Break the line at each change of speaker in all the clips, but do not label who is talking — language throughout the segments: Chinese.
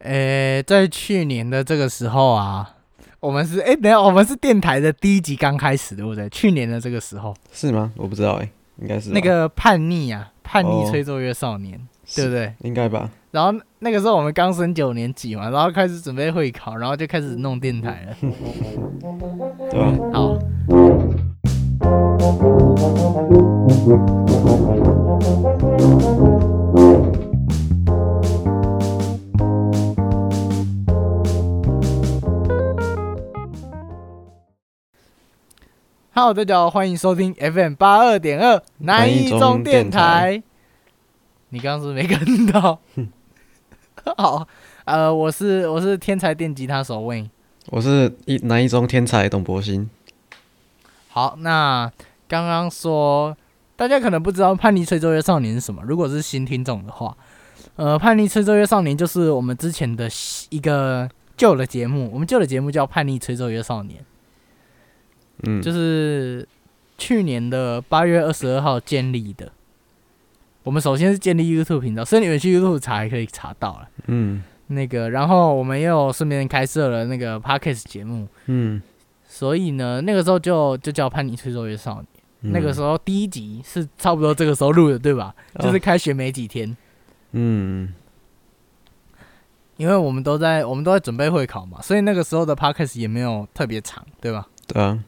诶、在去年的这个时候啊，我们是诶、等一下我们是电台的第一集刚开始，对不对？去年的这个时候，
是吗？我不知道哎、应该是吧
那个叛逆啊，叛逆
哦
吹奏乐少年，对不
是
对？
应该吧？
然后那个时候我们刚升九年级嘛，然后开始准备会考，然后就开始弄电台了。
对吧、
好，Hello，大家好，欢迎收听 FM 八二点二南一中电台。你刚刚是不是没跟到？ 好，呃，我是我是天才电吉他手 Wayne。
我是一南一中天才董博鑫，
好，那刚刚说，大家可能不知道《叛逆吹奏乐少年》是什么。如果是新听众的话，呃，《叛逆吹奏乐少年》就是我们之前的呃一个旧的节目，我们旧的节目叫《叛逆吹奏乐少年》，
嗯，
就是去年的八月二十二号建立的。我们首先是建立 YouTube 频道，所以你们去 YouTube 查也可以查到了。
嗯
那个，然后我们又顺便开设了那个 Podcast 节目，
嗯，
所以呢，那个时候就就叫《叛逆吹奏乐少年》。那个时
候、
候第一集是差不多这个时候录的，对吧？就是
哦
开学没几天，
嗯
因为我们都在我们都在准备会考嘛，所以那个时候的 podcast 也没有特别长，对吧？
对啊，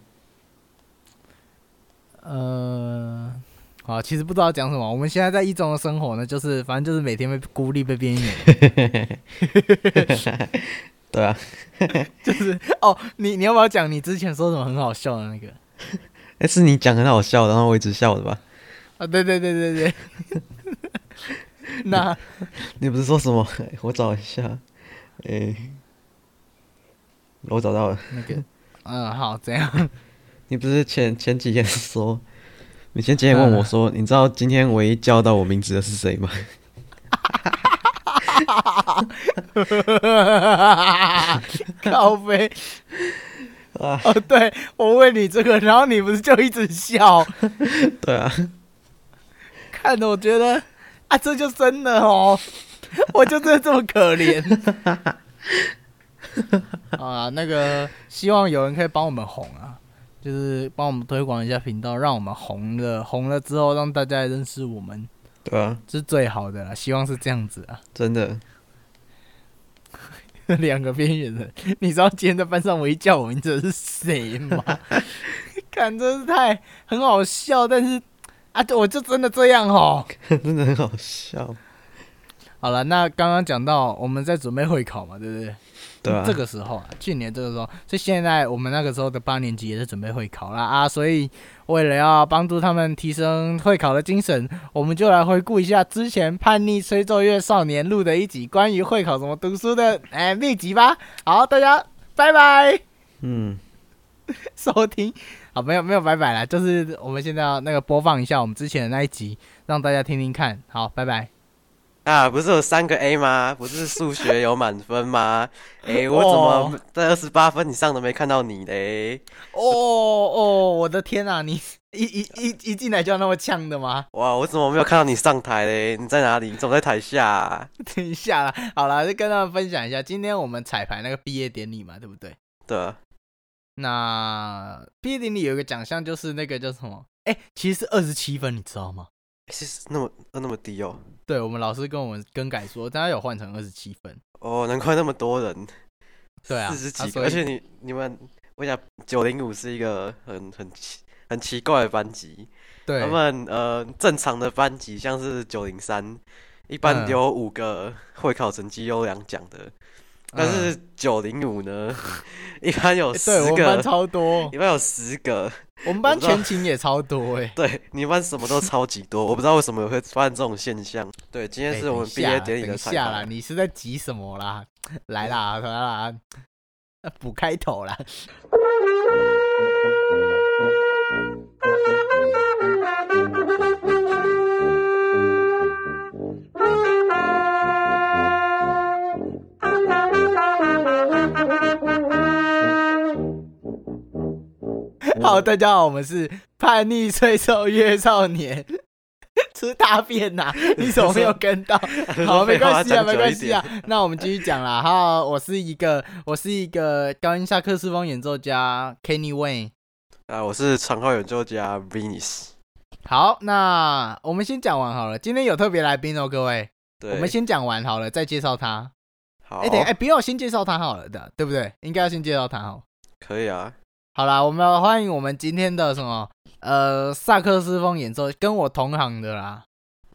呃，好，其实不知道讲什么。我们现在在一中的生活呢，就是反正就是每天被孤立、被边缘。
对啊。
哦，你你要不要讲你之前说什么很好笑的那个？
哎、是你讲很好笑，然后我一直笑的吧？
啊，对对对对 对。那
你不是说什么？ 我找一下，哎、我找到了。
那个， 嗯，好，怎样？
你不是前前几天说，你前几天
啊
问我说，你知道今天唯一叫到我名字的是谁吗？
靠背。
啊，
哦，对，我问你这个，然后你不是就一直笑，
对啊，
看的我觉得啊，这就真的哦，我就真的这么可怜。啊，那个希望有人可以帮我们红啊，就是帮我们推广一下频道，让我们红了，红了之后让大家也认识我们，
对啊，
这是最好的啦。希望是这样子啊。
真的，
两个边缘人，你知道今天在班上唯一叫我名字的是谁吗？ 看，真是太很好笑，但是啊，我就真的这样哦。
真的很好笑，
好了，那刚刚讲到我们在准备会考嘛，对不对？
对啊，
这个时候啊，去年这个时候，所以现在我们那个时候的八年级也是准备会考啦啊，所以为了要帮助他们提升会考的精神，我们就来回顾一下之前叛逆吹奏乐少年录的一集关于会考怎么读书的哎秘籍吧。好，大家拜拜
嗯，
收听。好，没有没有拜拜啦，就是我们现在要那个播放一下我们之前的那一集，让大家听听看。好，拜拜。
啊，不是有三个 A 吗？不是数学有满 分吗？诶，我
哦
怎么在二十八分以上都没看到你嘞？
哦 哦，我的天啊！你一一一一进来就要那么呛的吗？
哇，我怎么没有看到你上台嘞？你在哪里？你怎么在台下啊？
等一下啦，好啦，就跟他们分享一下，今天我们彩排那个毕业典礼嘛，对不对？
对啊，
那毕业典礼有一个奖项就是那个叫什么？哎、其实是二十七分，你知道吗？
是是那么那么低哦。
对我们老师跟我们更改说，大家有换成二十七分。
哦，难怪那么多人，
对啊，
四十
啊
几
所
个，
以
而且你你们，我想九零五是一个很很奇很奇怪的班级。
对嗯
他们呃正常的班级像是九零三，一般
嗯
有五个会考成绩优良奖的。但
嗯
是九零五呢， 一般有
诶
十
欸对我们班
个，
超多，
一般有十个，
我们班
我知道
全勤也超多哎、
对，你们班什么都超级多，我不知道为什么会发生这种现象。对，今天
哎
是我们
等一
毕
下
业
啦
典礼
欸等
的
一
彩
下啦，
排，
你是在急什么 啦？来啦，来啦，呃补开头啦。好，大家好，我们是叛逆吹奏乐少年 吃大便 呐、你怎么没有跟到？好，没关系啊，没关系啊。那我们继续讲啦。好，我是一个，我是一个高音萨克斯风演奏家 Kenny Wayne。
啊，我是长号演奏家 Venus。
好，那我们先讲完好了。今天有特别来宾哦，各位，
对，
我们先讲完好了，再介绍他。
好，
哎、等一下，哎、不要先介绍他好了的，对不对？应该要先介绍他好。
可以啊，
好啦，我们欢迎我们今天的什么呃萨克斯风演奏，跟我同行的啦。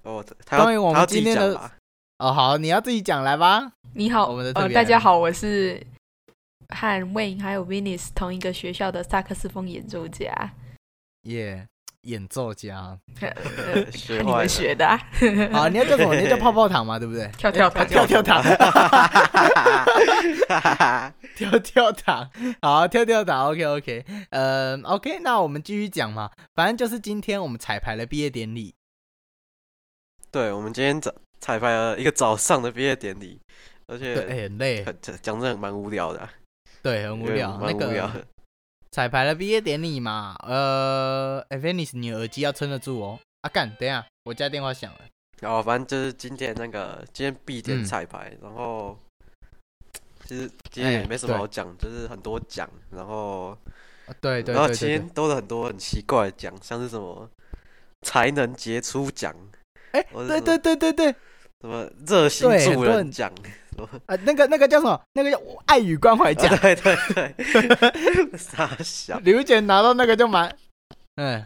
哦，他要
关于我们
他要自
今
己
天
讲
的
吧
哦，好，你要自己讲来吧。
你好，
我们的特
呃，
别
大
来
家
宾
好，我是和 Wayne 还有 Venus 同一个学校的萨克斯风演奏 家，
耶、演奏家。
呃
学
看你
坏
们
了
学的、啊，
好，你要叫什么？你要叫泡泡糖嘛，对不对？
跳跳
啊
糖，
跳跳糖，
哈哈哈
跳跳糖，好，跳跳糖，OK OK，呃，OK，那我们继续讲嘛，反正就是今天我们彩排的毕业典礼，
对，我们今天早彩排了一个早上的毕业典礼，而
对，
且
哎很累，
很讲讲真的蛮无聊的啊，
对，很无
有点
聊，那
蛮无聊
个
的。
彩排的毕业典礼嘛，呃，哎 Venice，你耳机要撑得住哦，啊干，等一下，我家电话响了，
然后反正就是今天那个今天必点
嗯
彩排，然后其实今天
哎
也没什么
对
好讲，就是很多奖，然后
啊对对
然后
对
今
对对
天，都是很多很奇怪的奖，像是什么才能杰出奖，
哎，
我是
对
说
对对对对，
什么热心
对很
助
多
人
人
奖，
啊那个那个叫什么？那个叫爱与关怀奖
啊，对对啊对， 傻笑
刘姐拿到那个就蛮，嗯。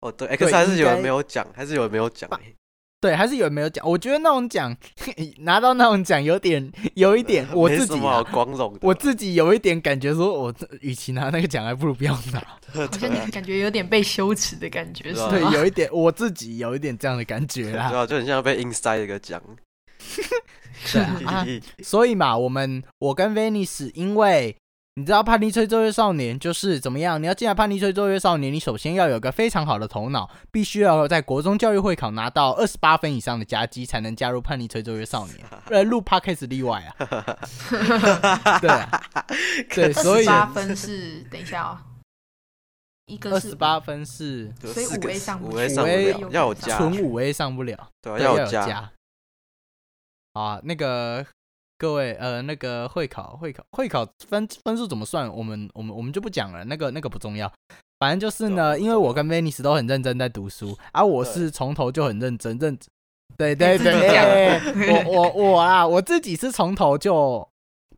哦，对，
对
哎，可是还是
应
有人
该啊
没有奖，还是有人没有奖哎，
对，还是有没有奖？我觉得那种奖 拿到那种奖有点，有一点我
呃没
自
什
己
么
啊
好光荣的
我
嘛，
自己有一点感觉，说我这与其拿那个奖，还不如不要拿。
啊
好像你感觉有点被羞耻的感觉，是
对啊
对，
吗？
有一点我自己有一点这样的感觉
对
啦。
啊，就很像被硬塞一个奖，
对啊 啊
嘿嘿
所以嘛，我们我跟 Venice，因为你知道《叛逆吹奏乐少年》就是怎么样？你要进来《叛逆吹奏乐少年》，你首先要有个非常好的头脑，必须要在国中教育会考拿到二十八分以上的加绩，才能加入《叛逆吹奏 乐少年》。呃，录 Podcast 例外啊。 对啊对，所以
八分是等一下哦，一
二
个
十
是
八分是
就
所以
四
五
个
A 上不
五 A
去
上
五
不
A
了，要有加，
纯五 A 上不了。
对啊，
对要
有加，
加。好啊，那个各位，呃，那个会考会考会考分分数怎么算？我们我们我们就不讲了，那个那个不重要。反正就是
对啊
呢，
不
因为
重
我跟 Venice 都很认真在读书，而、啊、我
对
是从头就很认真 认。对
哎
对
自己
对，
讲
哎哎我我我啊，我自己是从头就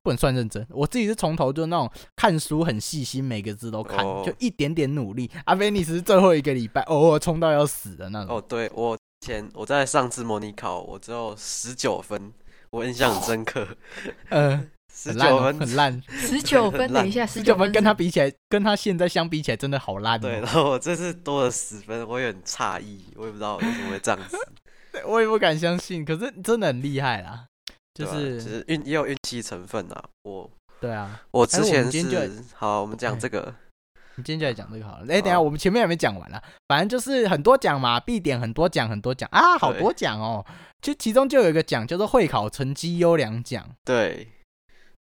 不能算认真，我自己是从头就那种看书很细心，每个字都看，
哦
就一点点努力。啊，Venice 是最后一个礼拜偶尔冲到要死的那种。
哦，对我以前我在上次模拟考，我只有十九分，我印象很深刻，
嗯、
十
很烂、
九
哦，
分，
很烂。
十九分，等一下十
十九
九
分
分
跟他
是
比起来，跟他现在相比起来，真的好烂、哦。
对，然后我这次多了十分，我也很诧异，我也不知道为什么会这样 子，
对， 我也不敢相信。可是真的很厉害啦，就
对吧
是
其实运也有运气成分啊，我
对啊。
我
哎
之
我们
前
今天
是好，我们讲
哎
这个，
你今天就来讲这个好了。哎、等一下
好啊
我们前面还没讲完啦，反正就是很多奖嘛，必点很多奖，很多奖啊，好多奖哦。就其中就有一个奖叫做会考成绩优良奖，
对，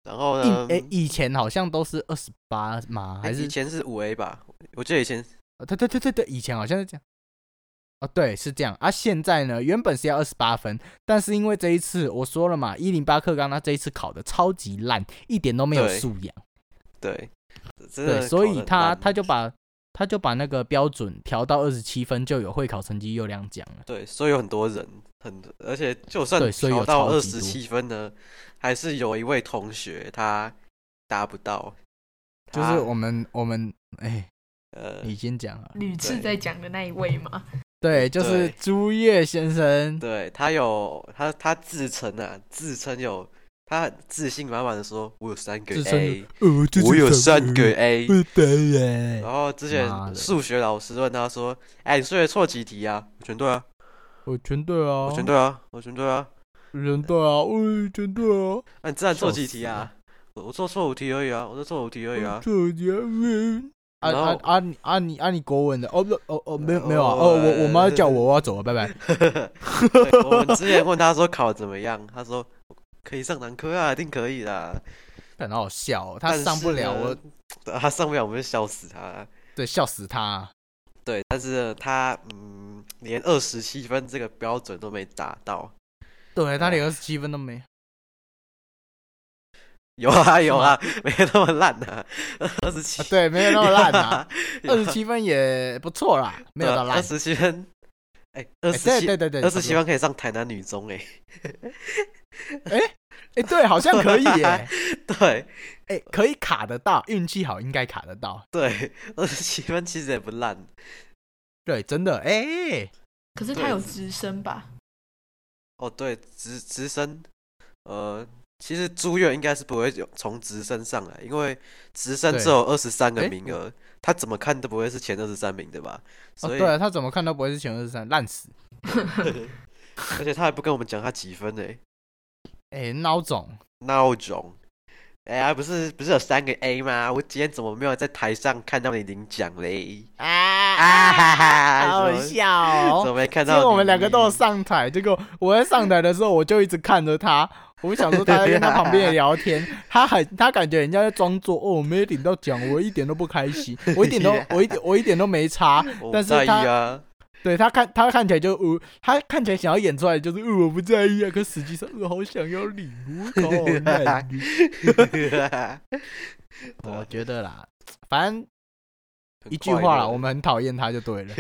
然后
一
呢
哎、，以前好像都是二十八嘛，
哎
还
以
是
前是五 A 吧，我记得以前
哦对对对对对，以前好像是这样。哦，对，是这样啊。现在呢，原本是要二十八分，但是因为这一次我说了嘛，一零八课纲他这一次考的超级烂，一点都没有
对
素养，
对，真
对，
的
所
考得
以
很
他
烂
他就把他就把那个标准调到二十七分，就有会考成绩优良奖了。
对，所以有很多人，很而且就算
对所以有
调到
超
二
级
十
多
七分呢，还是有一位同学他达不到，
就是
他
我们我们哎，
呃，
你先讲啊。
屡次
对
在讲的那一位嘛，
对，就是
对
朱叶先生，
对他有他他自称啊，自称有他很自信满满的说，我有三个
自称
A，
呃，这
我
是
有
什么
三个啊 A。
不得了，
然后之前
妈的
数学老师问他说：“哎，你数学错几题啊？”我全对啊，
我全对啊，
我全对啊，我全对啊。
我全对啊，我全对 啊。
那你自然错
笑
几
死
题啊？我我做错五题而已啊，我做错五题而已啊。
这年啊
然
啊
后
啊！你啊你啊你国文的哦不哦哦没有没有啊
哦
哦我我妈叫我我要走了拜拜。
对我们之前问他说考得怎么样，他说可以上南科啊，一定可以啦。
感到好笑哦，他
但
上不
是
了
呢
我，
他上不了，我们就笑死他。
对笑死他。啊
对，但是他嗯，连二十七分这个标准都没达到。啊
对他连二十七分都没，啊
有啊有啊，没那么烂 的、啊，二十七
啊、对，没有那么烂啊，
啊，
二十七分也不错啦，没有到烂
二。十七分，哎，二
哎
十
对
七
对对对，
二十七
差不多
分可以上台南女中哎、
哎，对，好像可以耶、
对
哎、可以卡得到，运气好应该卡得到。
对，二十七分其实也不烂，
对，真的，哎、
可是他有直升吧？
哦对，直直升，呃，其实朱越应该是不会有从直升上来，因为直升只
对
有二十三个
诶
名额，他怎么看都不会是前二十三名的吧，
哦，
所以、
对啊，他怎么看都不会是前二十三，烂死。
而且他还不跟我们讲他几分呢、
哎、孬种，
孬种。哎呀，不是不是有三个 A 吗？我今天怎么没有在台上看到你领奖嘞？
啊
啊哈 哈，
好
怎么
笑
怎
哦！
么没看
因
到
为
你？
我们两个都有上台，结果我在上台的时候，我就一直看着他，我想说他在跟他旁边聊 天，他很他感觉人家在装作哦，我没有领到奖，我一点都不开 心，我一点都我一点我一点都没差，但
我不
是
在意
他
啊。
对他看他看起来就呃，他看起来想要演出来就是呃我不在意啊，可实际上我、呃、好想要礼物，我靠好烂
啊
我觉得啦，反正 一句话啦，我 们很讨厌他就对了。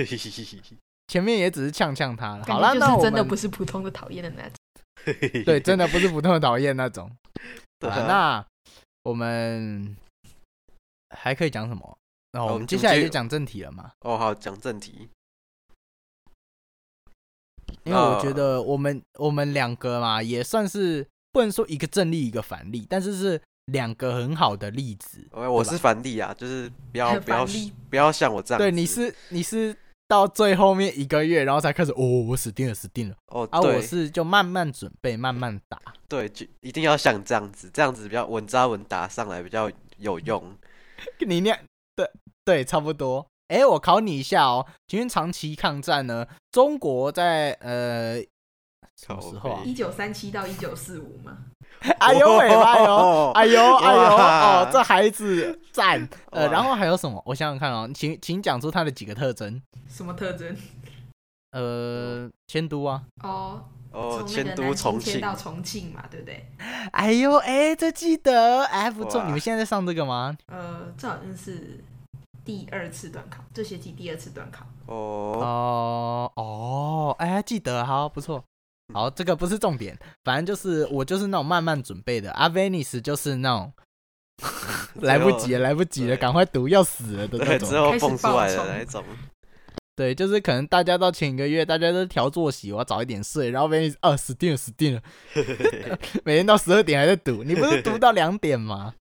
前面也只是呛呛他了。好啦，
感觉就
那
是
我
真的
们
不是普通的讨厌的那种。
对，真
的。
的不是普通的讨厌那种。
对
好啦
啊
那我们还可以讲什么？那、
好
我
我
们
们
接
就
下来
接
就讲正题了嘛，
哦，好，讲正题。
因为我
那
觉得我们我们两个嘛，也算是不能说一个正例一个反例，但是是两个很好的例子。
我我
对吧
是反例啊，就是 不要不要
反例
不要像我这样子。
对，你是你是到最后面一个月，然后才开始哦，我死定了，死定了。
哦，
啊，我
对
是就慢慢准备，慢慢 打。
对，就一定要像这样子，这样子比较稳扎稳打上来比较有
嗯
用。
你那对对，差不多。哎，我考你一下哦，请问长期抗战呢？中国在呃什么时候啊
靠？
一九三七到一九四五嘛，
哎呦喂，哎呦，
哦
哎呦，哎呦，
哇
哦，这孩子赞。呃，
哇
然后还有什么？我想想看哦，请请讲出它的几个特征。
什么特征？
呃，迁都啊。
哦，
哦，
从那
迁
个
都
南
重
京
庆
迁，到重庆嘛，对不对？
哎呦，哎，这记得，哎，不错。
哇
你们现在在上这个吗？
呃，这好像是第二次短考，这学期第二次短考。
哦，
哦哦，哎，记得，好，不错。好，这个不是重点，反正就是我就是那种慢慢准备的，阿 Venice 就是那种 来不及了，来不及了，
对
赶快读，要死了的那
对，之
种。
后
开始
蹦出
爆
来的
冲
那一种，
对，就是可能大家到前一个月，大家都调作息，我要早一点睡，然后 Venice 啊，死定了，死 定了，每天到十二点还在读，你不是读到两点吗？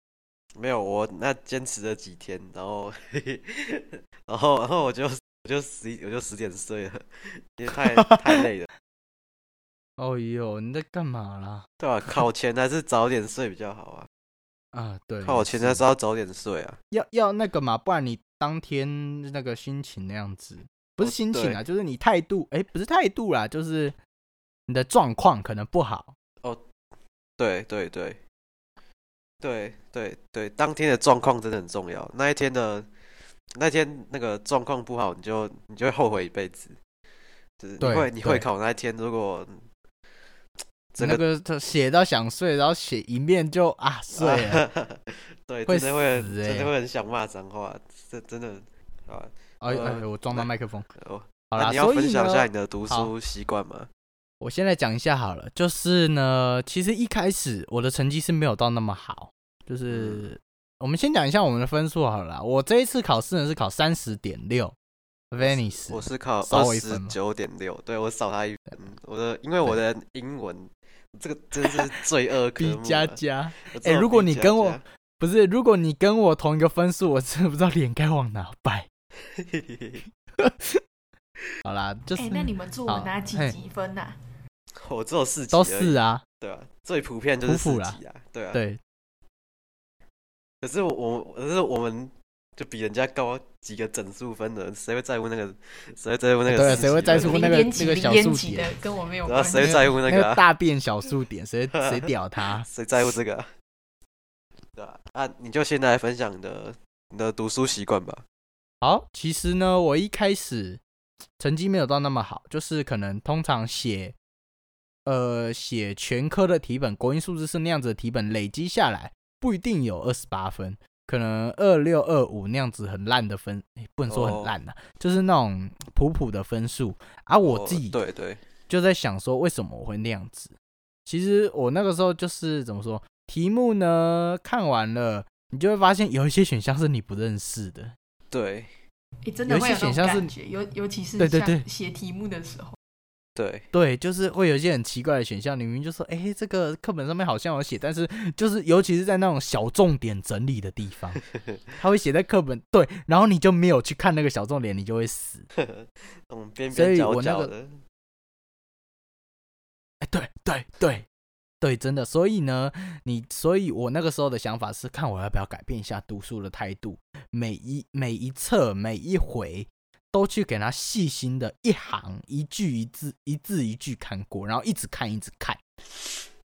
没有，我那坚持了几天，然后，然后，然后我就我就十一我就十点睡了，因为太 太累了。
哦呦，你在干嘛啦？
对啊，考前还是早点睡比较好啊。
啊，对，
考前还是要早点睡啊。
要要那个嘛，不然你当天那个心情那样子，不
哦
是心情啊，就是你态度，哎、不是态度啦，就是你的状况可能不好。
对对对，对对对，当天的状况真的很重要。那一天的那天那个状况不好，你就你就会后悔一辈子。就是你
对
会你
对
会考那一天，如果整
那个他写到想睡，然后写一面就啊睡 了。
啊对，
会
真的会
死
很
欸
真的会很想骂脏话，这真的啊，
哎
呃
哎，我撞到麦克风。
哦，
好
那
啦，
你要
所
分
以
享一下
呢，
你的读
好
书习惯吗？
我先来讲一下好了，就是呢，其实一开始我的成绩是没有到那么好，
嗯
就是、我们先讲一下我们的分数好了啦。我这一次考试呢是考三十点六，Venice
我是考
少
二
我一
十
分嘛
九点六，对我少他一分。我的因为我的英文这个真是罪 恶科
B
目
加
啊。
加。
我只
哎
有
如果
B
你
加
跟 我
加
不是，如果你跟我同一个分数，我真的不知道脸该往哪摆。好啦，就是、
哎、那你们作文拿几
好嘿
几分呐、啊？
我只有四级
都
而
是
已，
啊，
对啊，最普遍就是
普普
四
啦
级啊，对啊。
对，
可是我我可是我们就比人家高几个整数分的，谁会在乎那个？谁会在乎那个
对啊
四
谁会
级
在
分
乎
零
那个
点几
那个
零
小
点
数啊
几
点
的跟我没有
然后
关系
谁。会在乎那
那
个
个
啊？
大便小数点，谁谁屌他？
谁在乎这个啊？对啊，啊，你就先来分享你的你的读书习惯吧。
好，其实呢，我一开始成绩没有到那么好，就是可能通常写，呃，写全科的题本，国英数字是那样子的题本，累积下来不一定有二十八分，可能二六二五那样子很烂的分，诶不能说
哦
很烂呐、就是那种普普的分数。而、我
哦
自己
对对，
就在想说，为什么我会那样子？其实我那个时候就是怎么说，题目呢看完了，你就会发现有一些选项是你不认识的，
对
诶哎真的
有一
会
些
有那种
选项是
感觉，尤尤其是
对对
像
对
写题目的时候，
对
对，就是会有一些很奇怪的选项，你明明就说，哎、这个课本上面好像有写，但是就是尤其是在那种小重点整理的地方，他会写在课本对，然后你就没有去看那个小重点，你就会死。
那种边
所
边
以
角
我那
角
个
的，
哎、对对对对，真的。所以呢，你，所以我那个时候的想法是，看我要不要改变一下读书的态度，每一每一册每一回都去给他细心的一行一句一字一字一句看过，然后一直看一直看。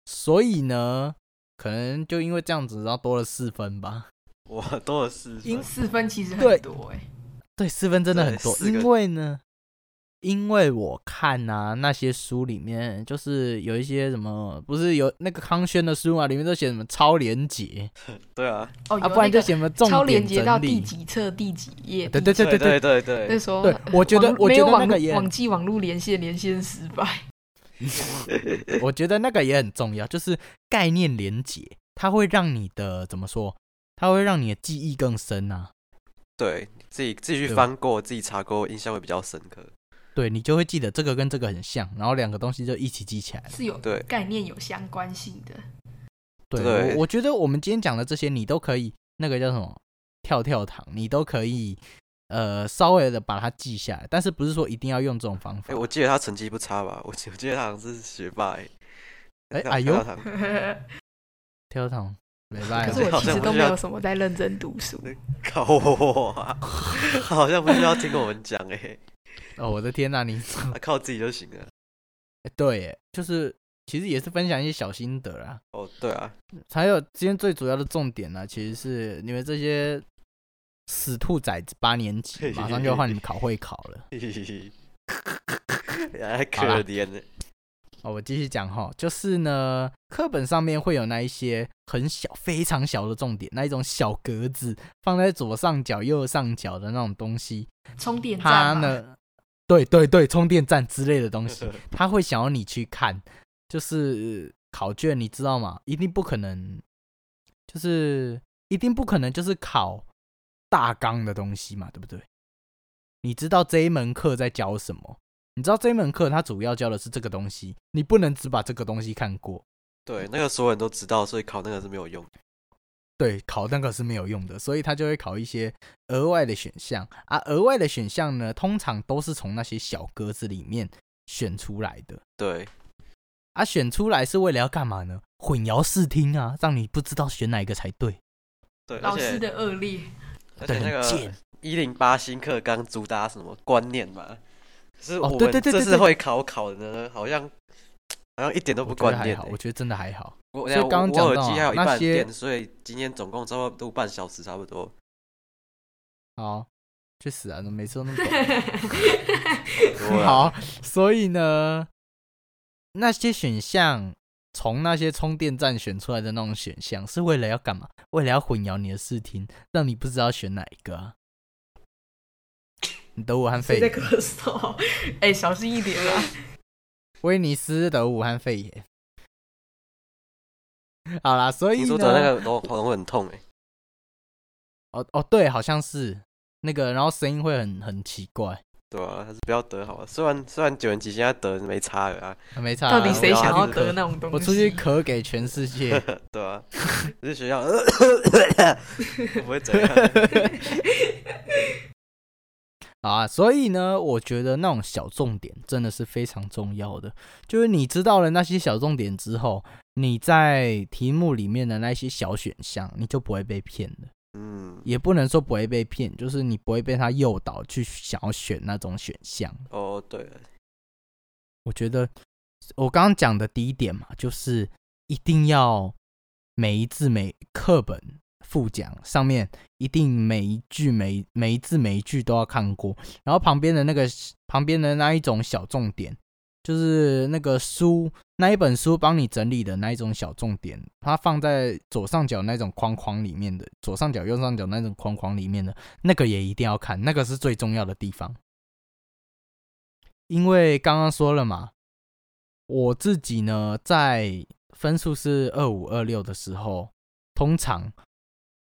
所以呢，可能就因为这样子，然后多了四分吧。
我多了四
因
分
为，
四分其实
对
很多哎、
对，四分真的
对
很多，
四
因
个
为呢，因为我看啊那些书里面，就是有一些什么，不是有那个康轩的书嘛，里面都写什么超连结
对啊，
哦，有
啊，不然就
那个
写什么重
超
点
连接到
整
第
理。
几册第几页，
对
第
对
几
对对对
对对
页
对
那时候
对，我觉得
网
我
没
觉
有
得那
网
个
络
也
网际网络连线连线失败，
我觉得那个也很重要，就是概念连结，它会让你的怎么说？它会让你的记忆更深啊。
对，自己自己去
对吧
翻过，自己查过，印象会比较深刻。
对你就会记得这个跟这个很像，然后两个东西就一起记起来了。
是有
对
概念有相关 性的。
对，
对
我我觉得我们今天讲的这些，你都可以那个叫什么跳跳糖，你都可以呃稍微的把它记下来，但是不是说一定要用这种方法？
哎、我记得他成绩不差吧？我 记我记得他好像是学霸、欸。
哎
跳
哎呦
跳堂
跳跳糖，没办
哎
可
法
是我
好
其
像
实
不
都
需
没
要
有什么在认真读书。
靠我啊！ 好像不需要听我们讲哎、
哦，我的天呐、你
他靠自己就行了。
对耶，就是其实也是分享一些小心得啦。
哦，对啊，
还有今天最主要的重点呢、其实是你们这些死兔崽子八年 级，马上就换你们考会考了。
嘿嘿嘿还可
好啦
怜欸呢、
哦，我继续讲哈，就是呢，课本上面会有那一些很小、非常小的重点，那一种小格子放在左上角、右上角的那种东西，
充电
它
站嘛，
呢，对对对，充电站之类的东西，他会想要你去看，就是考卷，你知道吗？一定不可能，就是一定不可能就是考大纲的东西嘛，对不对？你知道这一门课在教什么？你知道这一门课它主要教的是这个东西，你不能只把这个东西看过。
对，那个所有人都知道，所以考那个是没有用的。
对，考那个是没有用的，所以他就会考一些额外的选项啊。额外的选项呢，通常都是从那些小格子里面选出来的。
对，
啊，选出来是为了要干嘛呢？混淆视听啊，让你不知道选哪一个才对。
对，而
老师
且
的恶 劣，
而
对
且那
很
个
贱
一零八新课纲主打什么观念嘛？可是
哦
我
对
们
对对
这
对
次
对
会考考的呢，好像好像一点都不
我觉得
关
还
键、
好，
欸
我。觉得真的还好。
我
所以
等下
刚刚讲
我我
到
耳机
啊
还有一
那
半
些
电，所以今天总共差不多半小时差不多。
好，去死啊！怎么每次都那么
对
短？
啊，
好，所以呢，那些选项从那些充电站选出来的那种选项，是为了要干嘛？为了要混淆你的视听，让你不知道选哪一个、啊。你得武汉肺
谁在
炎，
咳嗽？ 哎、小心一点 啊！
威尼斯得武汉肺炎。好啦，所以
听
呢，
说得那个喉喉咙很痛哎、
哦哦，对，好像是那个，然后声音会很很奇怪，
对啊，还是不要得好了。虽然虽然九年级现在得没差了啊，
没差啊。
到底谁
我
想要
我
得那种东西？
我出去咳给全世界。
对啊，这学校不会 怎样。
好啊，所以呢，我觉得那种小重点真的是非常重要的。就是你知道了那些小重点之后，你在题目里面的那些小选项，你就不会被骗了。
嗯，
也不能说不会被骗，就是你不会被他诱导去想要选那种选项。
哦对了，
我觉得我刚刚讲的第一点嘛，就是一定要每一字每课本副讲上面一定每一句每每一字每一句都要看过，然后旁边的那个旁边的那一种小重点，就是那个书那一本书帮你整理的那一种小重点，它放在左上角那种框框里面的，左上角右上角那种框框里面的那个也一定要看，那个是最重要的地方。因为刚刚说了嘛，我自己呢在分数是二五二六的时候，通常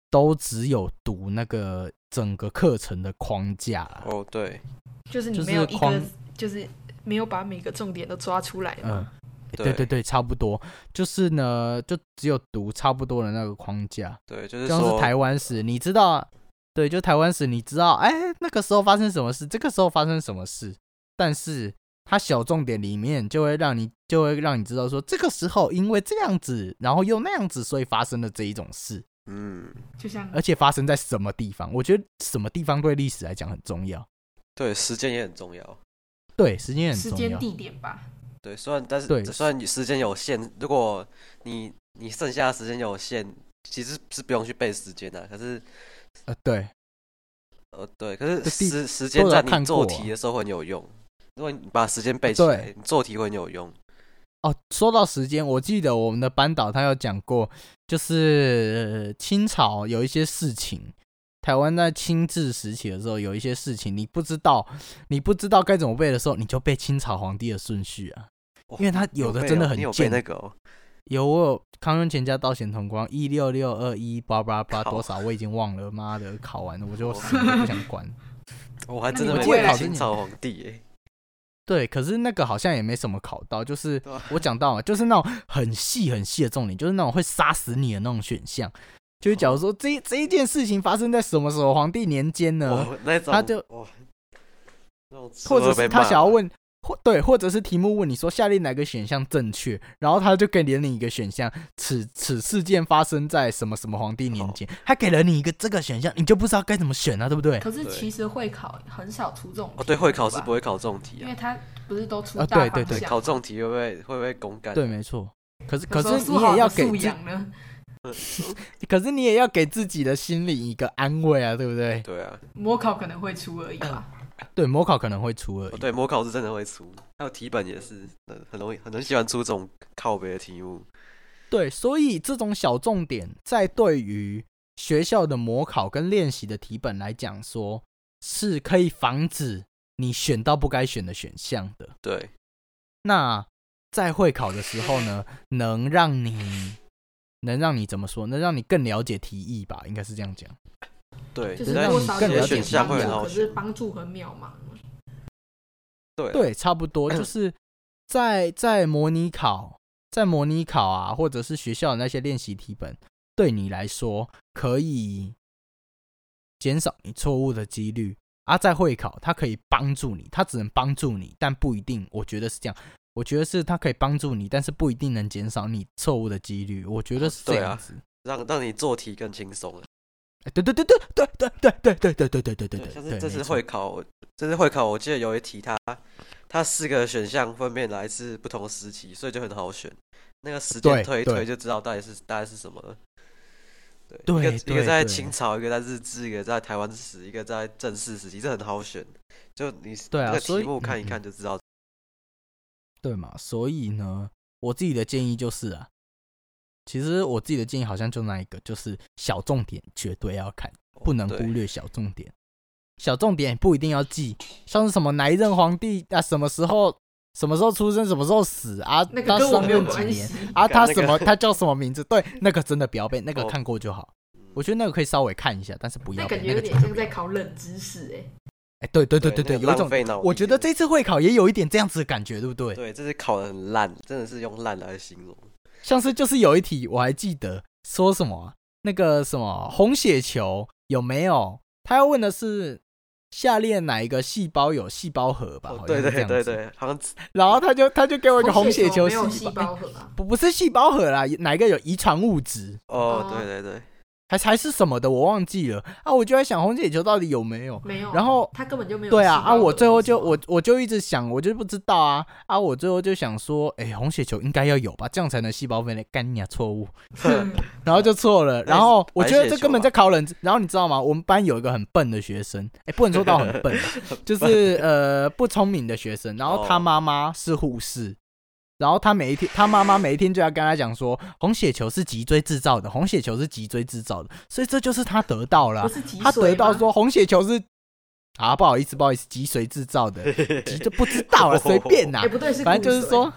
都只有读那个整个课程的框架啦。
哦，对，
就是你
就是
没有一
框
个，就是没有把每个重点都抓出来嘛。
嗯，对对
对
对，差不多，就是呢，就只有读差不多的那个框架。
对，就是
像是
说，
台湾史，你知道，对，就台湾史，你知道，哎，那个时候发生什么事，这个时候发生什么事，但是它小重点里面就会让你就会让你知道说，这个时候因为这样子，然后又那样子，所以发生了这一种事，
嗯，
就像
而且发生在什么地方，我觉得什么地方对历史来讲很重要，
对，时间也很重要。
对，时间很
时
重
间、
要，
地点吧。
对，虽然但是
对
虽然你时间有限，如果你你剩下的时间有限，其实是不用去背时间的、啊可是
呃，对，
呃，对，可是
这地
时时间
都有
在
看
你做
过啊
题的时候很有用。如果你把时间背起
对
来，你做题会很有用。
哦，说到时间，我记得我们的班导他有讲过，就是、呃清朝有一些事情，台湾在清治时期的时候有一些事情，你不知道，你不知道该怎么背的时候，你就背清朝皇帝的顺序啊。
哇
因为它
你
有的
背
真的
哦
很
你有背
贱
那个、哦，
有我有康雍乾加道显同光一六六二一八八八
靠
多少我已经忘了，妈的，考完了我就死都不想管。
我还
那
真
你
的
有
没
未
背
来
清
经
朝皇帝耶。
对，可是那个好像也没什么考到，就是
对啊
我讲到嘛，就是那种很细很细的重点，就是那种会杀死你的那种选项。就是假如
哦
说这一这一件事情发生在什么时候，皇帝年间
哦
呢？
哇，那种
嗯他就
哇，那种吃
或
了
者
被
是他
骂
想要
吧
问，或对，或者是题目问你说下列哪个选项正确，然后他就给了你一个选项，此此事件发生在什么什么皇帝
哦
年间，他给了你一个这个选项，你就不知道该怎么选啊了、对不对？
可是
对
其实会考很少出这种
哦，对，会考
题
是
目吧
不会考这种题
因
啊
为。他不是都出
啊
大
对
方
对
向
对
吗
考这种题会不会会不会公干？
对，没错。可是
有
可
时候
是
苏
你
豪
也
的
要给
素
自，
养呢？
可是你也要给自己的心里一个安慰啊，对不对？
对啊，
模考可能会出而已吧。
嗯对，模考可能会出而
哦
已。
对，模考是真的会出，还有题本也是，呃很很容易，很容易喜欢出这种靠北的题目。
对，所以这种小重点，在对于学校的模考跟练习的题本来讲说，是可以防止你选到不该选的选项的。
对，
那在会考的时候呢，能让你能让你怎么说？能让你更了解题意吧，应该是这样讲。
对，
就是
让
但
多
你
少
更
有
了
一
解啊
点
选项会很
帮助
好
可是
选。
帮助很渺茫。
对啊，
对，差不多 就是在在模拟考，在模拟考啊，或者是学校的那些练习题本，对你来说可以减少你错误的几率啊。在会考，它可以帮助你，它只能帮助你，但不一定。我觉得是这样，我觉得是它可以帮助你，但是不一定能减少你错误的几率。我觉得是这
对啊
样子。
让让你做题更轻松了。啊
哎对对对对对对对对对对对对对对对
像
对，
是这
没
次
错
会考，我这次会考，我记得有一题它它四个选项分别来自不同时期，所以就很好选。那个时
对
间推一
对
推就知道大概是大概是什么了。对，
对
一个一
对
个在
对
清朝，一个在日治，一个在台湾史，一个在正式时期，这很好选。就你
对啊
那个
所
题
以
目看一
嗯
看就知道。
对嘛？所以呢，我自己的建议就是啊，其实我自己的建议好像就那一个，就是小重点绝对要看，不能
对
忽略小重点。小重点不一定要记，像是什么哪一任皇帝啊，什么时候什么时候出生，什么时候死啊，
那个
他
跟我
上
没有
任几
关
年
系。
啊，
干
他
那
什
个
么他叫什么名字？对，那个真的不要背，那个
哦
看过就好。
嗯
我觉得那个可以稍微看一下，但是不
那
要背那
感，觉
个
有点
绝对
像
不要
在考冷知识哎、
哎，对对对
对
对对，
那
有
个
一
浪
种
费脑力
我觉得
的
这次会考也有一点这样子的感觉，对不对？
对，这次考的很烂，真的是用烂来形容。
像是就是有一题我还记得说什么啊那个什么红血球有没有？他要问的是下列哪一个细胞有细胞核吧？
哦
好像
对
是
对
这样
对
子。
对，好像
然后他就他就给我一个红血球
没有
细
细
胞，哎
胞核啊，
不不是细胞核啦，哪一个有遗传物质？
哦，
哦
对对对，
还还是什么的，我忘记了啊。我就在想红姐球到底有没有？
没有。
然后
他根本就哦没有。
对啊啊！我最后就我我就一直想，我就不知道啊啊！我最后就想说，哎、红血球应该要有吧，这样才能细胞分裂。干你啊，错误，
嗯
然后就错了。然后我觉得这根本在考人。然后你知道吗？我们班有一个很笨的学生，哎、不能说到很笨啊，就是呃不聪明的学生。然后他
哦
妈妈是护士。然后他每一天，他妈妈每一天就要跟他讲说，红血球是脊椎制造的，红血球是脊椎制造的，所以这就是他得到了啊、
不是脊髓
他得到
吗
说红血球是啊，不好意思，不好意思，脊髓制造的，脊就不知道 了，随便啊啦
哎、，不对，是
反正就
骨
是
髓
说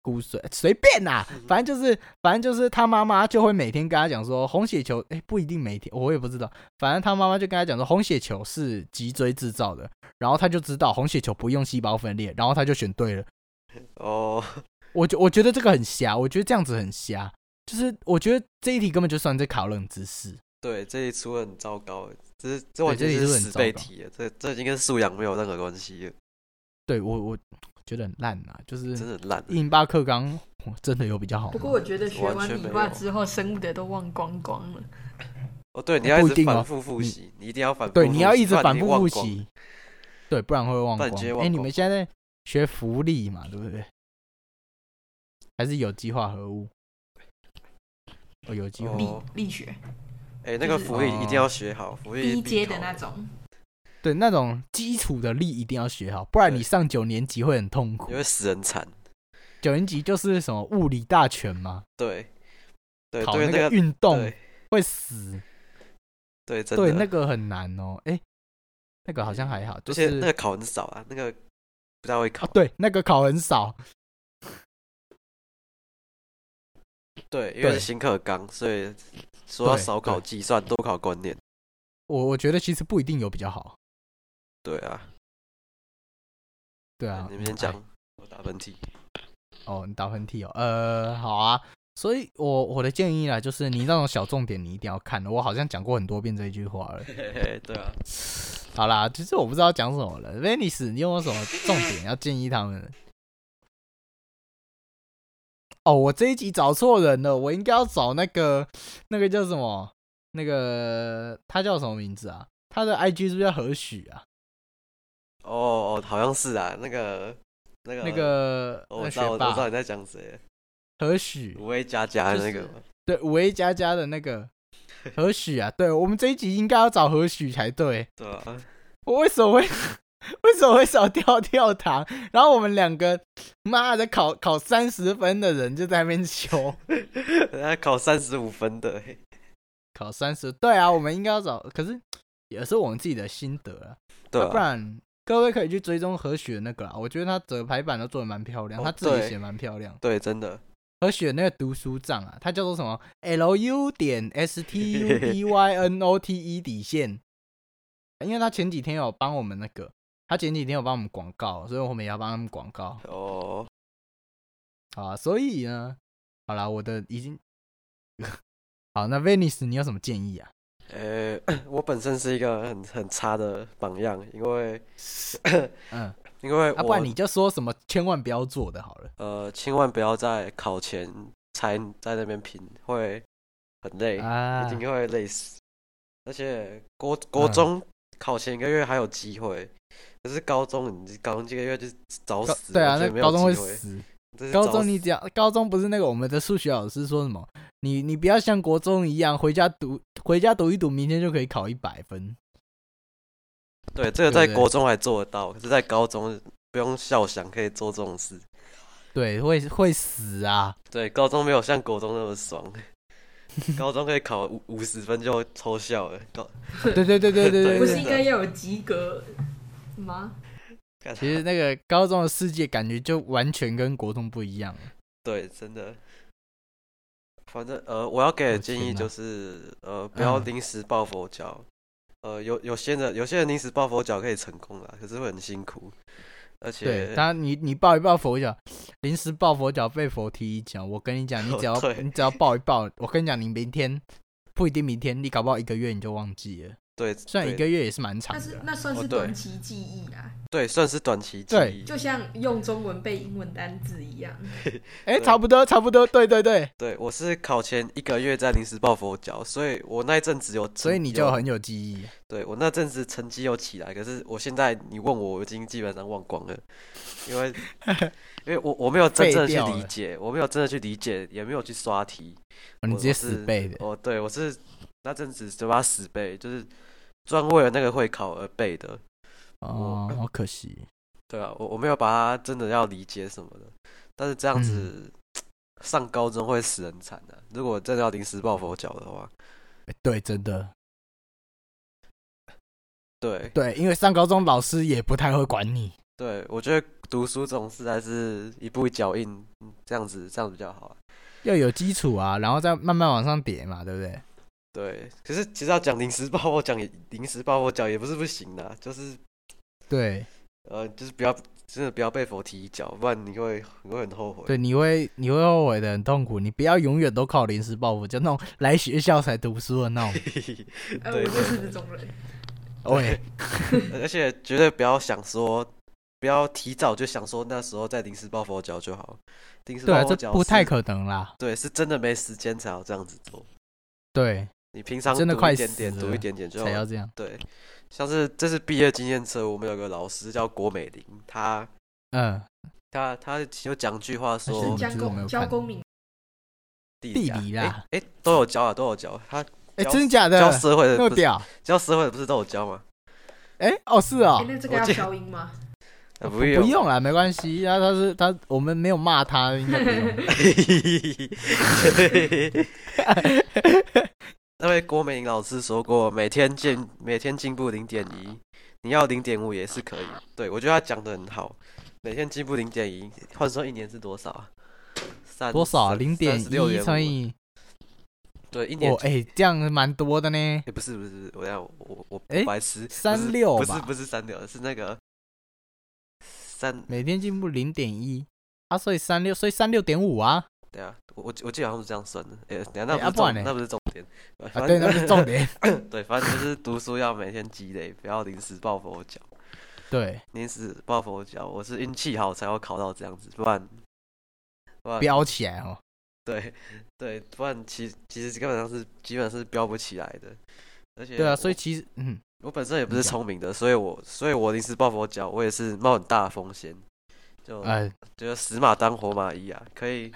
骨髓随便啦，反正就是反正就是他妈妈就会每天跟他讲说红血球，哎、不一定每天，我也不知道，反正他妈妈就跟他讲说红血球是脊椎制造的，然后他就知道红血球不用细胞分裂，然后他就选对了。
哦，
我觉我觉得这个很瞎，我觉得这样子很瞎，就是我觉得这一题根本就算在考冷知识。
对，这里出的很糟糕，欸这是这完全
这里出
是
得很
死
糟
背
糕
题了，这这已经跟素养没有任何关系了，
对我我觉得很烂啊，就是
真的很烂。欸
印巴克刚真的有比较好吗
不过我觉得学
完
完
全
理
没
化
有
之后，生物的都忘光光了。
哦，对，你
哦
要
不一
一直
定哦
反复复
你
习，你一定要反复复
对，
习，
你要一直
不然
反
你
复
忘
复
光。
习，对，不然会忘
不然你
光
直接。忘
哎，你
光
们现在在学福利嘛，对不对？还是有机化合物？哦，有机化合物。
力
哦
力学
哎，那个
就是
福利一定
哦
要学好，福利
第
是
一
必
阶的
考
那种，
对，那种基础的力一定要学好，不然
对
你上九年级会很痛苦
你。会死人惨。
九年级就是什么物理大全嘛，
对，对，
考
对
那
个
运动
对
会死，
对，真
对，
的，
那个很难哦。哎，那个好像还好，就
而且
是
那个考很少啊，那个不太会考
啊。，对，那个考很少，
对，因为
对
是新课纲，所以说要
对
少考
对
计算，多考观念。
我我觉得其实不一定有比较好。
对啊，
对啊，
你们先
嗯
讲，我打喷嚏。
哦，你打喷嚏哦，呃，好啊。所以我，我的建议啦，就是你那种小重点，你一定要看。我好像讲过很多遍这一句话了。
嘿嘿嘿对啊，
好啦，其实我不知道讲什么了。Venice，你有没有什么重点要建议他们的？哦，我这一集找错人了，我应该要找那个那个叫什么？那个他叫什么名字啊？他的 IG 是不是叫何许啊？
哦哦，好像是啊，那个那个
那，个、
哦
那
我
个
知道，
学
我知道
霸
你在讲谁了，
何许？
五位佳佳的那个
就是
吗，
对，五 A 加加的那个何许啊，对我们这一集应该要找何许才对。
对啊，
我为什么会 为什么会找跳跳糖？然后我们两个妈的考考三十分的人就在那边求
人家考三十五分的欸，
考三十，对啊，我们应该要找，可是也是我们自己的心得啊，
对
不
啊，
然。各位可以去追踪何许的那个啦，啊我觉得他整排版都做的蛮漂亮，
哦
他自己
对
写蛮漂亮。
对，真的，
何雪那个读书账啊，它叫做什么？L U 点 S T U D Y N O T E 底线，因为他前几天有帮我们那个，他前几天有帮我们广告，所以我们也要帮他们广告
哦，
好啊。所以呢，好啦，我的已经 好。那 Venice，你有什么建议啊？
呃，我本身是一个很很差的榜样，因 为
嗯，
因为
啊，不
我
然你就说什么千万不要做的好了。
呃，千万不要在考前才在那边拼，会很累，
啊
一定会累死。而且国国
嗯
中考前一个月还有机会，可是高中你高中这个月就早
高
死，
对啊，
完
那
全没有
高中会
机会，
死。
这是
高
早
中你
死
只要高中不是那个我们的数学老师说什么？你你不要像国中一样回家读回家读一读，明天就可以考一百分。
对这
对
个在
不对
国中还做得到，可是在高中不用笑想可以做这种事。
对，会会死 啊！
对，高中没有像国中那 么爽，高中可以考五五十分就抽笑了，高
对对对对对对
不是
对
应该要有及格吗？
干
其实那个高中的世界感觉就完全跟国中不一样了。
对，真的。反正呃，我要给的
我
建
天
议
哪
就是呃，不要
啊嗯
临时抱佛脚。呃，有有些人有些人临时抱佛脚可以成功啦，可是会很辛苦，而且
对，当然你你抱一抱佛脚，临时抱佛脚被佛踢一脚。我跟你讲，你只要
哦对
你只要抱一抱，我跟你讲，你明天不一定明天，你搞不好一个月你就忘记了。
对，
算一
对
个月也是蛮长
那
的啊
是
啦。
那算
哦
是
对
短期记忆啊，
对，算是短期记
对
忆。
就像用中文背英文单字一样。
哎、差不多，差不多，对对对，
对，我是考前一个月在临时抱佛脚，所以我那一阵子有成绩有，
所以你就很有记忆。啊
对我那阵子成绩有起来，可是我现在你问我，我已经基本上忘光了，因为
哦
因为我我没有真正的去
废掉
理
了
解，我没有真的去理解，也没有去刷题，
哦你
我
直接
我
死
是
背的，
哦，对我是那阵子嘴巴死背，就是专为了那个会考而背的，
哦，好可惜。
对啊，我我没有把它真的要理解什么的，但是这样子、上高中会死人惨的、如果真的要临时抱佛脚的话，
哎对，真的，
对
对，因为上高中老师也不太会管你。
对，我觉得读书这种事还是一步一脚印，嗯这样子这样子比较好啊。
要有基础啊，然后再慢慢往上叠嘛，对不对？
对，可是其实要讲临时抱佛脚也，临时抱佛脚也不是不行的、啊就是
对
呃，就是不要真的不要被佛踢一脚，不然你会你会很后悔。
对，你会你会后悔的，很痛苦。你不要永远都靠临时抱佛，就那种来学校才读书的 那种。
呃，
对
我就
对
是这种人。
喂，
而且绝对不要想说，不要提早就想说那时候再临时抱佛脚就好。临时
对啊，
抱佛
这
脚
不太
是
可能啦。
对，是真的没时间才要这样子做。
对，
你平常
真的
读
快
一点点，
死
读
了
一点点就
才要这样。
对，像是这是毕业纪念册，我们有个老师叫郭美玲，她
嗯，
她她有讲句话
还是
说
你
教
这个没有
公教
看哦
公民
地
地理
啊
啦，
诶诶都有教啊，都有教。 她
哎，
教
真的假的
教？社会的
那么
不是
屌？
教社会的不是都有教吗？
哎，哦，是哦
哎，，那这个
我
要
记
消音吗？
啊
不
不用，
用 啦，没关系。然后他是他，我们没有骂他，应该不用。
那位郭美玲老师说过，每天进每天进步零点一，你要零点五也是可以。对我觉得他讲的很好，每天进步零点一，换算一年是多少啊？三
多少啊？零点一
36.5
乘以
对一年欸
我，哎，这样蛮多的呢。
诶不是不是不是，我要我我我
诶
白痴，不是
36
不是
吧
不是三六，是那个三
每天进步零点一啊，所以三六，所以三六点五啊
对啊，我我我记得好像是这样算的。诶，等一下那
诶
不
啊
是
不
重
然呢
那不是重点，
啊，
反
对，
正
那是重点，
对，反正就是读书要每天积累，不要临时抱佛脚。
对，
临时抱佛脚，我是运气好才会考到这样子，不然，不然
标起来哦。
对对，不然其其实根本上是基本上是标不起来的。而且
对啊，
我
所以其实嗯，
我本身也不
你
是
讲
聪明的，所以我所以我临时抱佛脚，我也是冒很大的风险，就、
呃，
就是死马当活马医啊，可以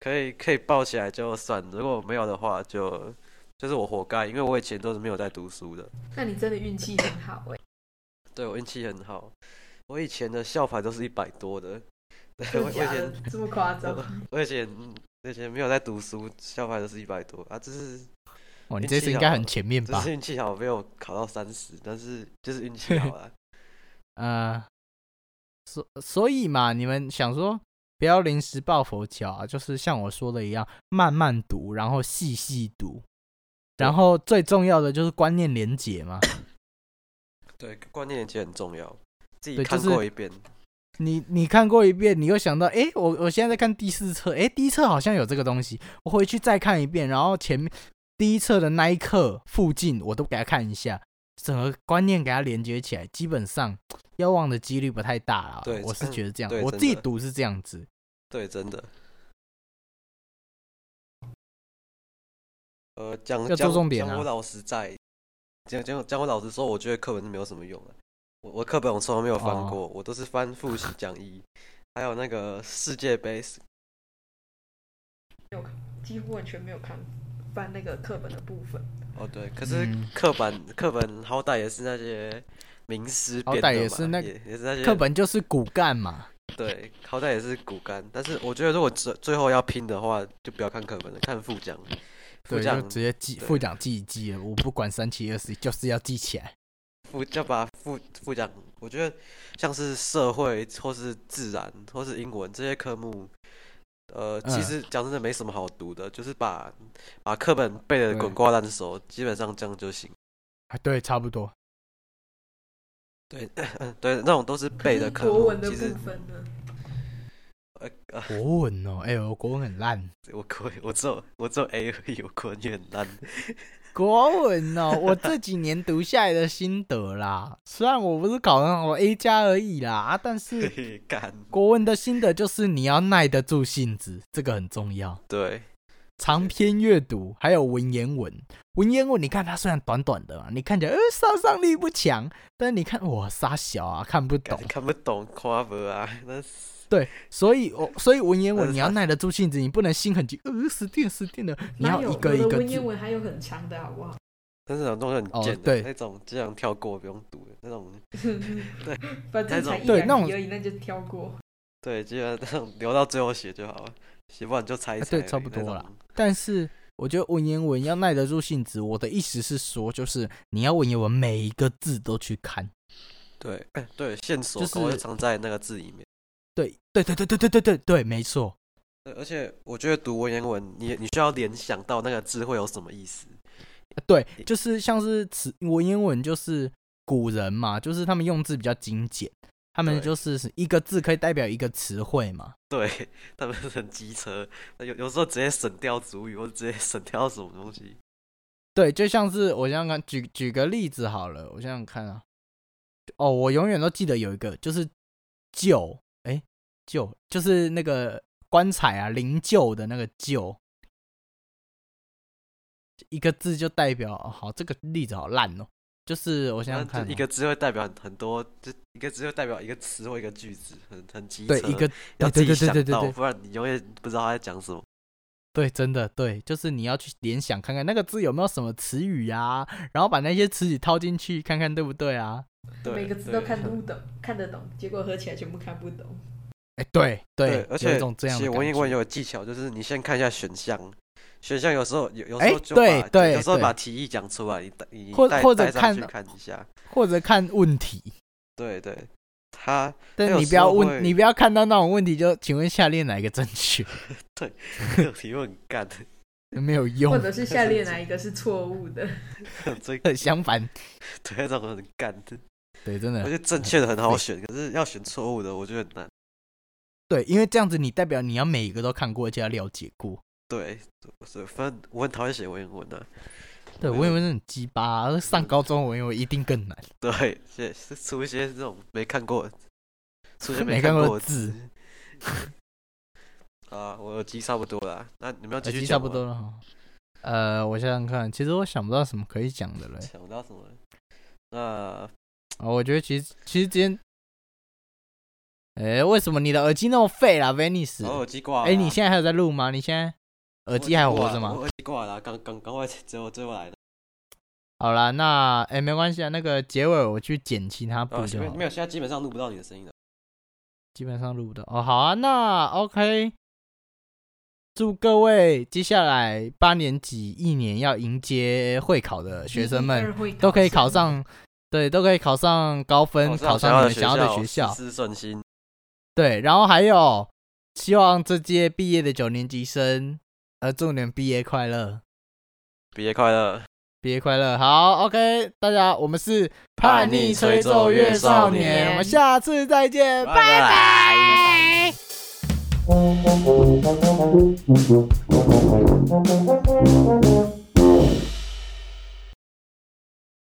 可以可以抱起来就算，如果没有的话就就是我活该，因为我以前都是没有在读书的。
那你真的运气很好哎、
对我运气很好，我以前的校牌都是一百多的。 对
真
我
的
我以
假
前
的这么夸张？
我以前以前没有在读书，校牌都是一百多啊，这是
哇，你
运
这
气
次应该
好
很前面
这
吧
啊是？运气好，没有考到三十，但是就是运气好啊 啦。
呃，所所以嘛，你们想说不要临时抱佛脚啊，就是像我说的一样，慢慢读，然后细细读，然后最重要的就是观念连结嘛。
对，观念其实很重要，自己
对
看
就是
过一遍，
你你看过一遍，你又想到，诶，我我现在在看第四册，诶，第一册好像有这个东西，我回去再看一遍，然后前面第一册的那一课附近我都给他看一下，整个观念给它连接起来，基本上要忘的几率不太大了。
对
我是
嗯
觉得这样，
对
我
真
自己
的
读是这样子。
对，真的。呃，讲
要
讲
做重点啊
讲我老师在，讲讲讲我老师说，我觉得课本是没有什么用的、啊我我课本我从来没有翻
哦
过，我都是翻复习讲义，还有那个世界杯
几乎完全没有看翻那个课本的部分。
哦，对，可是
嗯
课本课本好歹也是那些名师
好
编
歹
的
也
嘛
是那
也也是那些
课本就是骨干嘛，
对，好歹也是骨干。但是我觉得如果最最后要拼的话，就不要看课本了，看副讲。副
对，就
讲
直接记
对
副讲记一记了，我不管三七二十一，就是要记起来。
副要把副副讲，我觉得像是社会或是自然或是英文这些科目。呃，其
嗯
实讲真的没什么好读的，就是把把课本背得滚
对
瓜烂熟，基本上这样就行。
啊对，差不多。
对，对，那种都是背的科
可是 国
目
文，的
其实
部分呢？
呃呃
国文哦，哎、呦，我国文很烂，
我国我只有我只有 A 而已，我国文也很烂。
国文哦，我这几年读下来的心得啦， 虽然我不是考上我 A 加而已啦，啊，但
嘿
是
嘿 干，
国文的心得就是你要耐得住性子，这个很重要。
对，
长篇阅读，还有文言文。文言文，你看它虽然短短的嘛，你看起来呃杀伤力不强，但是你看我傻小啊，看不懂
干。看不懂夸不啊，那是
所以，我、所以文言
那
文
是
你
啥
要耐得住性子，你不能心很急，呃死定了死定了，你
哪
要
有
一个一
有的
个
文言
字。
文还有很长的好不好？
但是那种东西很
哦
贱的，
对
那种经常跳过不用读的那种，
反正才一
对那
两
种
题而已，那就跳过。
对，基本上那种留到最后写就好了，写不完就猜一
啊
猜而已、
对差不多
那
啦
种。
但是我觉得文言文要耐得住性子，我的意思是说，就是你要文言文每一个字都去看。
对 对，线索
就是
搞不好就藏在那个字里面。
对对对对对对对对对，没错。
对，而且我觉得读文言文，你你需要联想到那个字会有什么意思。
对，就是像是词文言文，就是古人嘛，就是他们用字比较精简，他们
对
就是是一个字可以代表一个词汇嘛。
对， 他们很机车，有有时候直接省掉主语，或者直接省掉什么东西。
对，就像是我想想看，举举个例子好了，我想想看啊。哦，我永远都记得有一个，就是臼，哎，臼就是那个棺材啊，灵柩的那个柩，一个字就代表、哦好，这个例子好烂哦。就是我想
那
想看
就
啊、
一个字会代表很很多，就一个字会代表一个词或一个句子，很很机车。
对一个
要自
对对
己
对
想
对对
到，
对
不然你永远不知道他在讲什么。
对，真的对，就是你要去联想看看那个字有没有什么词语啊，然后把那些词语套进去看看对不对啊？
对，
每个字都
对
看不懂，看得懂，结果合起来全部看不懂。
哎，对
对，而
有
且
一种这样的
写
感
文言
觉
文有技巧，就是你先看一下选项，选项有时候有有时
哎
候就把、
对对
有时候
对
把题意讲出来，你带你
或
带
或者
带上
看
去看一下，
或者看问题，
对对，他
但
有
你
时
不要
候
问，
会
你不要看到那种问题就请问下列哪一个正确，
这个题目很干，
没有
或
用。
者是下列哪一个是错误的？
这个
对，相反，
对那种很干
嗯
的，
对，真
我
的
觉得正确的很好选，可是要选错误的，我觉得很难。
对，因为这样子你代表你要每一个都看过，而且要了解过。
对，所以反正我很讨厌写文言文的、啊，
对，
对
文言文是很鸡巴啊，上高中文言文一定更难。
对，写是出一些这种没看过的，出 一些
没
看
看过
过
的
的字。好啊，我耳机差不多了啊，那你们要继
耳
续
机
讲
差不
吗
多了哈。呃，我想想看，其实我想不到什么可以讲的了。
想不到什么了。那
啊，我觉得其实其实今天，哎、为什么你的耳机那么废啦，Venice？哎、
我耳机挂了啊。
你现在还有在录吗？你现在耳机还活着吗
我？耳机挂了啊，刚刚刚快只有最后来的。
好啦，那哎、没关系啊，那个结尾我去剪其他部
啊，
就
没有
好
没，有，现在基本上录不到你的声音了。
基本上录不到。哦，好啊，那 OK，祝各位接下来八年级一年要迎接会考的学生们都可以考 上，对，都可以考上高分，
我知道
考上
哦啊
你
想要
们想要的学校。
事事顺心。
对，然后还有，希望这届毕业的九年级生，呃，祝你们毕业快乐，
毕业快乐！
毕业快乐。好，OK，大家，我们是
叛逆吹奏乐少
年
我们下次再见，拜拜。
拜。
Thank